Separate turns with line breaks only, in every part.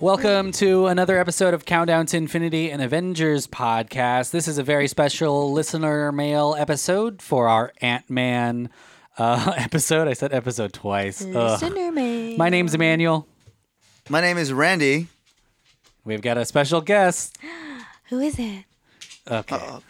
Welcome to another episode of Countdown to Infinity and Avengers podcast. This is a very special listener mail episode for our Ant Man uh, episode. I said episode twice. Ugh.
Listener mail.
My name's Emmanuel.
My name is Randy.
We've got a special guest.
Who is it?
Okay.
Uh,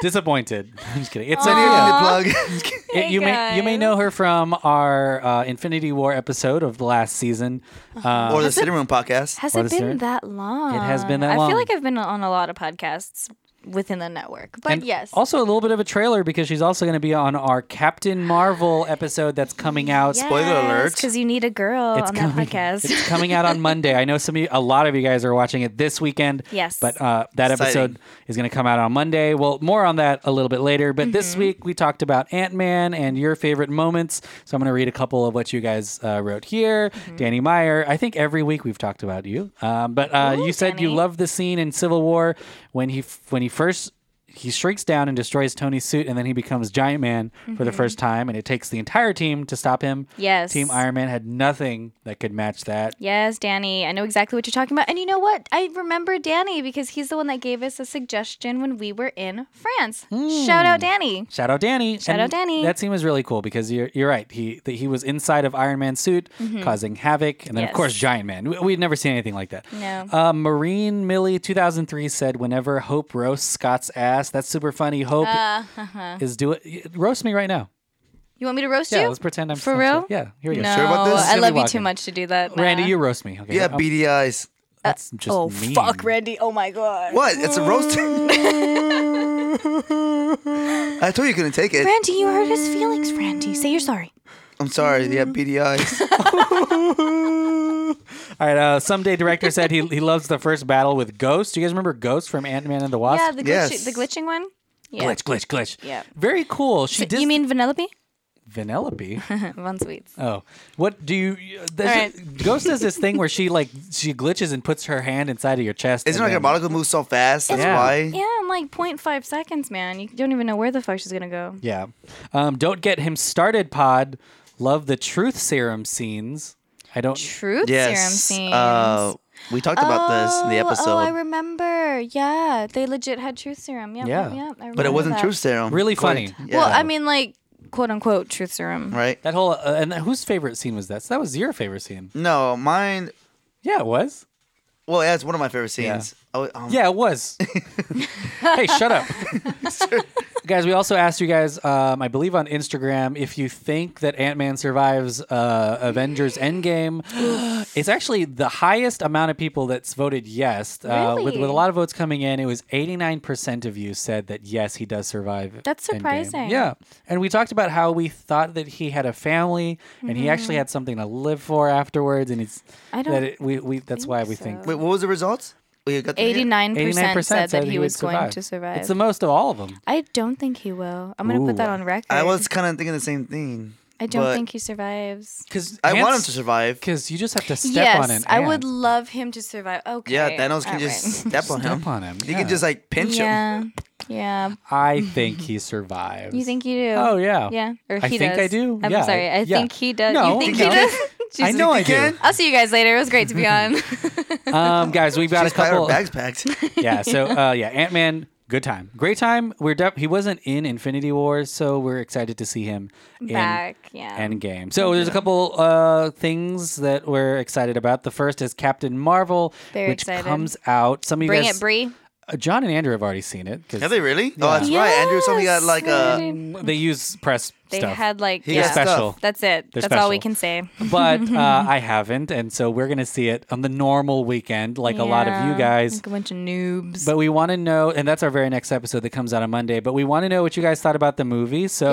Disappointed. I'm just kidding. It's
I
Anita.
need to plug.
It- you may you may
guys.
know her from our uh, Infinity War episode of the last season. Uh,
or the sitting room podcast.
Has
Or
it
the
been
Sarah-
that long?
It has been that
I
long.
feel like I've been on a lot of podcasts within the network, but
and
yes.
Also a little bit of a trailer because she's also going to be on our Captain Marvel episode that's coming out.
Spoiler alert.
Because you need a girl on that podcast.
it's coming out on Monday. I know some of you, a lot of you guys are watching it this weekend.
Yes.
But uh, that
Exciting.
episode is going to come out on Monday. Well, more on that a little bit later. But
Mm-hmm.
this week we talked about Ant Man and your favorite moments. So I'm going to read a couple of what you guys uh, wrote here.
Mm-hmm.
Danny Meyer, I think every week we've talked about you. Um, but uh,
Ooh,
you said you
Danny.
loved the scene in Civil War when he f- when he first. He shrinks down and destroys Tony's suit, and then he becomes Giant Man for the first time. And it takes the entire team to stop him.
Mm-hmm. Yes.
Team Iron Man had nothing that could match that.
Yes, Danny. I know exactly what you're talking about. And you know what? I remember Danny because he's the one that gave us a suggestion when we were in France. Shout
Hmm.
out, Danny.
Shout out Danny.
Shout out Danny.
That scene was really cool because you're you're right. He that he was inside of Iron Man's suit, causing havoc, and then of
Mm-hmm. Yes.
course Giant Man. We, we'd never seen anything like that.
No.
Uh, Marine Millie 2003 said, "Whenever Hope roasts Scott's ass, that's super funny. Hope
Uh-huh.
is do it. Roast me right now.
You want me to roast
Yeah,
you?
let's pretend I'm
For
I'm
real?
sure. Yeah, here we go.
no,
sure about this?
I
Gonna be
love you
walking.
too much to do that.
Randy,
Nah.
you roast me. Okay,
Yeah,
Oh,
beady eyes.
that's just
Oh
mean.
fuck, Randy! Oh my god.
What? It's a roast. I told you couldn't take it.
Randy, you hurt
Hmm.
his feelings. Randy, say you're sorry.
I'm sorry. Yeah, beady eyes.
All right. Uh, someday, director said he he loves the first battle with Ghost. Do you guys remember Ghost from Ant Man and the Wasp?
Yeah, the glitch,
Yes.
the glitching one. Yeah.
glitch, glitch, glitch.
Yeah.
Very cool. She did.
You mean Vanellope?
Vanellope?
Von Sweets.
Oh, what do you? There's
All
a- Ghost does this thing where she like she glitches and puts her hand inside of your chest.
Isn't it
and
like her
then-
monocle moves so fast? That's
Yeah.
why.
Yeah, in like 0.5 seconds, man. You don't even know where the fuck she's gonna go.
Yeah. Um, don't get him started. Pod. Love the truth serum scenes. I don't.
Truth serum
Yes.
scenes.
Uh, we talked about this in the
Oh,
episode,
Oh, I remember. Yeah, they legit had truth serum. Yeah,
Yeah.
yeah. I remember
but it wasn't
that.
truth serum.
Really
Correct.
funny.
Yeah.
Well, I mean, like quote unquote truth serum.
right?
That whole uh, and whose favorite scene was that? So that was your favorite scene.
No, mine.
Yeah, it was.
Well, yeah, it's one of my favorite
Yeah.
scenes. Oh, um,
Yeah, it was. hey, shut up. guys, we also asked you guys, um, I believe on Instagram, if you think that Ant Man survives uh, Avengers Endgame. it's actually the highest amount of people that's voted yes. Uh, with, with a
Really?
lot of votes coming in, it was 89% of you said that yes, he does survive.
That's
Endgame.
surprising.
Yeah. And we talked about how we thought that he had a family and he actually had something to live for afterwards. And it's
Mm-hmm. I
that
don't
it, we, we, that's
think
why we
so.
think.
Wait, what was the results? We got the figure?
89%
89%
said that he
would
was going to survive.
It's the most of all of them.
I don't think he will. I'm gonna
Ooh.
put that on record.
I was kind of thinking the same thing.
I don't
but
think he survives.
Because
I want him to survive.
Because you just have to step
yes,
on it.
I would love him to survive. Okay.
Yeah, Thanos can
all
just
right.
step on him.
Step on him,
He
yeah.
can just like pinch him.
Yeah, yeah.
I think he survives.
You think you do?
Oh yeah.
Yeah, or
I
he
think
does.
I do.
I'm
Yeah,
sorry. I
yeah.
think he does.
No,
you think
no.
he does?
I
Jesus.
know I
Think
do.
again?
I'll see you guys later. It was great to be on.
Um, guys, we've got a
Just got our
couple.
bags packed.
yeah. So uh, yeah, Ant Man, good time, great time. We're def- he wasn't in Infinity Wars, so we're excited to see him in
Back. Yeah.
Endgame. So there's a couple uh, things that we're excited about. The first is Captain Marvel,
Very
which
excited.
comes out. Some of you
Bring
guys,
it, Bree.
uh, John and Andrew have already seen it. 'cause
Have they really? Oh, that's right. Andrew something got like uh, a.
They use press
They
stuff.
had like.
He
They're
got
yeah.
stuff.
special.
That's it.
They're
That's all we
special.
can say.
but uh, I haven't, and so we're gonna see it on the normal weekend, like a lot of you
Yeah,
guys.
Like a bunch of noobs.
But we want to know, and that's our very next episode that comes out on Monday. But we want to know what you guys thought about the movie. So,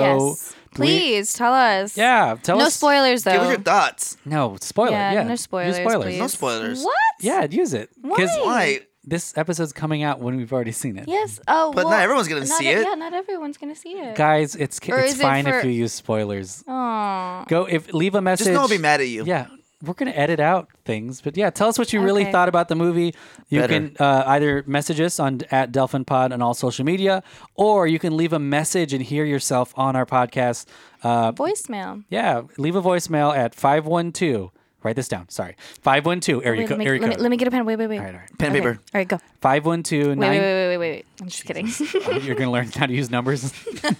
uh,
yes.
we-
Please tell us.
yeah, tell
No
us.
spoilers though.
Give us your thoughts.
No spoiler. Yeah,
Yeah, no
use
spoilers,
spoilers.
please.
No spoilers.
What?
Yeah, use it
Why?
Why?
this episode's coming out when we've already seen it.
Yes. Oh,
But not
well,
everyone's gonna
not
see
e-
it.
Yeah, not everyone's gonna see it.
Guys, it's
Or
it's
is it
fine if
for-
you use spoilers.
Aw.
Go if leave a message.
Just know I'll be mad at you.
Yeah, we're gonna edit out things, but yeah, tell us what you really
Okay.
thought about the movie. You
Better.
can uh, either message us on at Delphin Pod on all social media, or you can leave a message and hear yourself on our podcast. Uh,
Voicemail.
yeah, leave a voicemail at 512 Write this down. Sorry. 512 area
Wait, let,
code.
me,
Area
let, me,
code.
let me get a pen. Wait, wait, wait.
All right, all right.
Pen and
Okay.
paper.
All right, go.
512
Wait, wait, wait, wait, wait, wait. I'm just kidding.
oh, You're going to learn how to use numbers. okay,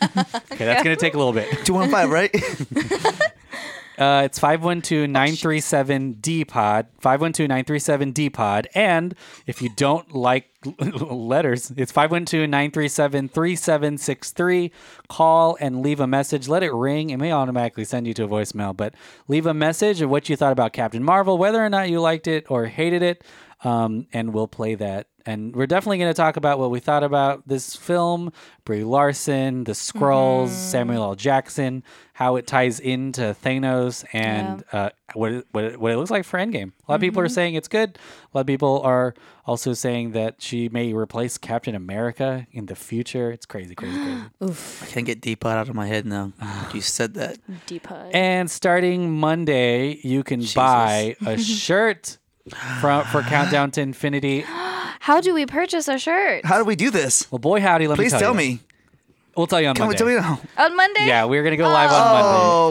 that's going to take a little bit.
Two one five, right?
Uh, it's 512-937-D pod. 512-937-D pod. And if you don't like letters, it's 512-937-3763. Call and leave a message. Let it ring. It may automatically send you to a voicemail, but leave a message of what you thought about Captain Marvel, whether or not you liked it or hated it. Um, and we'll play that. And we're definitely going to talk about what we thought about this film, Brie Larson, the Scrolls, Samuel L. Jackson, how it ties into Thanos, and uh, what, it, what, it, what it looks like for Endgame. A lot of people are saying it's good. A lot of people are also saying that she may replace Captain America in the future. It's crazy, crazy, crazy.
I can't get deep out of my head now. You said that.
Deepa.
And starting Monday, you can buy a shirt from, for Countdown to Infinity.
How do we purchase a shirt?
How do we do this?
Well, boy, howdy, let me
Please
tell,
tell
you.
me.
We'll tell you on
Come
Monday.
on, tell me now.
On Monday?
Yeah, we're gonna go live
Oh,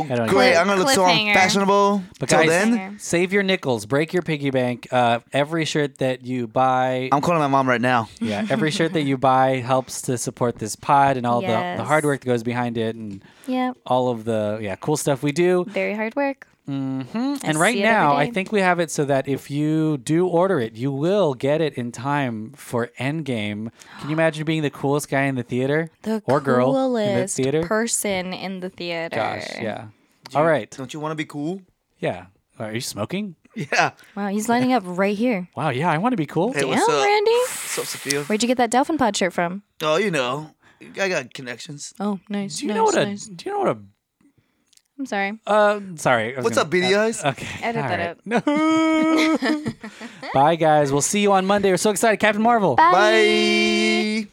on Monday. I don't know.
great! I'm gonna look so
Cliffhanger.
unfashionable.
But
Till
guys,
then,
Cliffhanger.
save your nickels, break your piggy bank. Uh, every shirt that you buy,
I'm calling my mom right now.
yeah, every shirt that you buy helps to support this pod and all
Yes.
the, the hard work that goes behind it and
Yeah.
all of the yeah cool stuff we do.
Very hard work.
hmm And
Mm-hmm. see
right
it every
now, I
day.
think we have it so that if you do order it, you will get it in time for Endgame. Can you imagine being the coolest guy in the theater
The
or girl in the
coolest
theater?
person in the theater.
Gosh, yeah. All right,
Don't you want to be cool?
yeah. Are you smoking?
Yeah.
Wow, he's lining up right here.
Wow, yeah, I want to be cool.
Hey,
Damn,
what's up?
Randy.
What's up, Sophia?
Where'd you get that Dolphin Pod shirt from?
Oh, you know, I got connections.
Oh, nice.
Do you
nice,
know what a?
nice.
Do you know what
I'm sorry.
a? Uh, sorry. I was
What's
gonna-
up, beady eyes?
uh, okay.
Edit
all
that
right. No. Bye, guys. We'll see you on Monday. We're so excited, Captain Marvel.
Bye.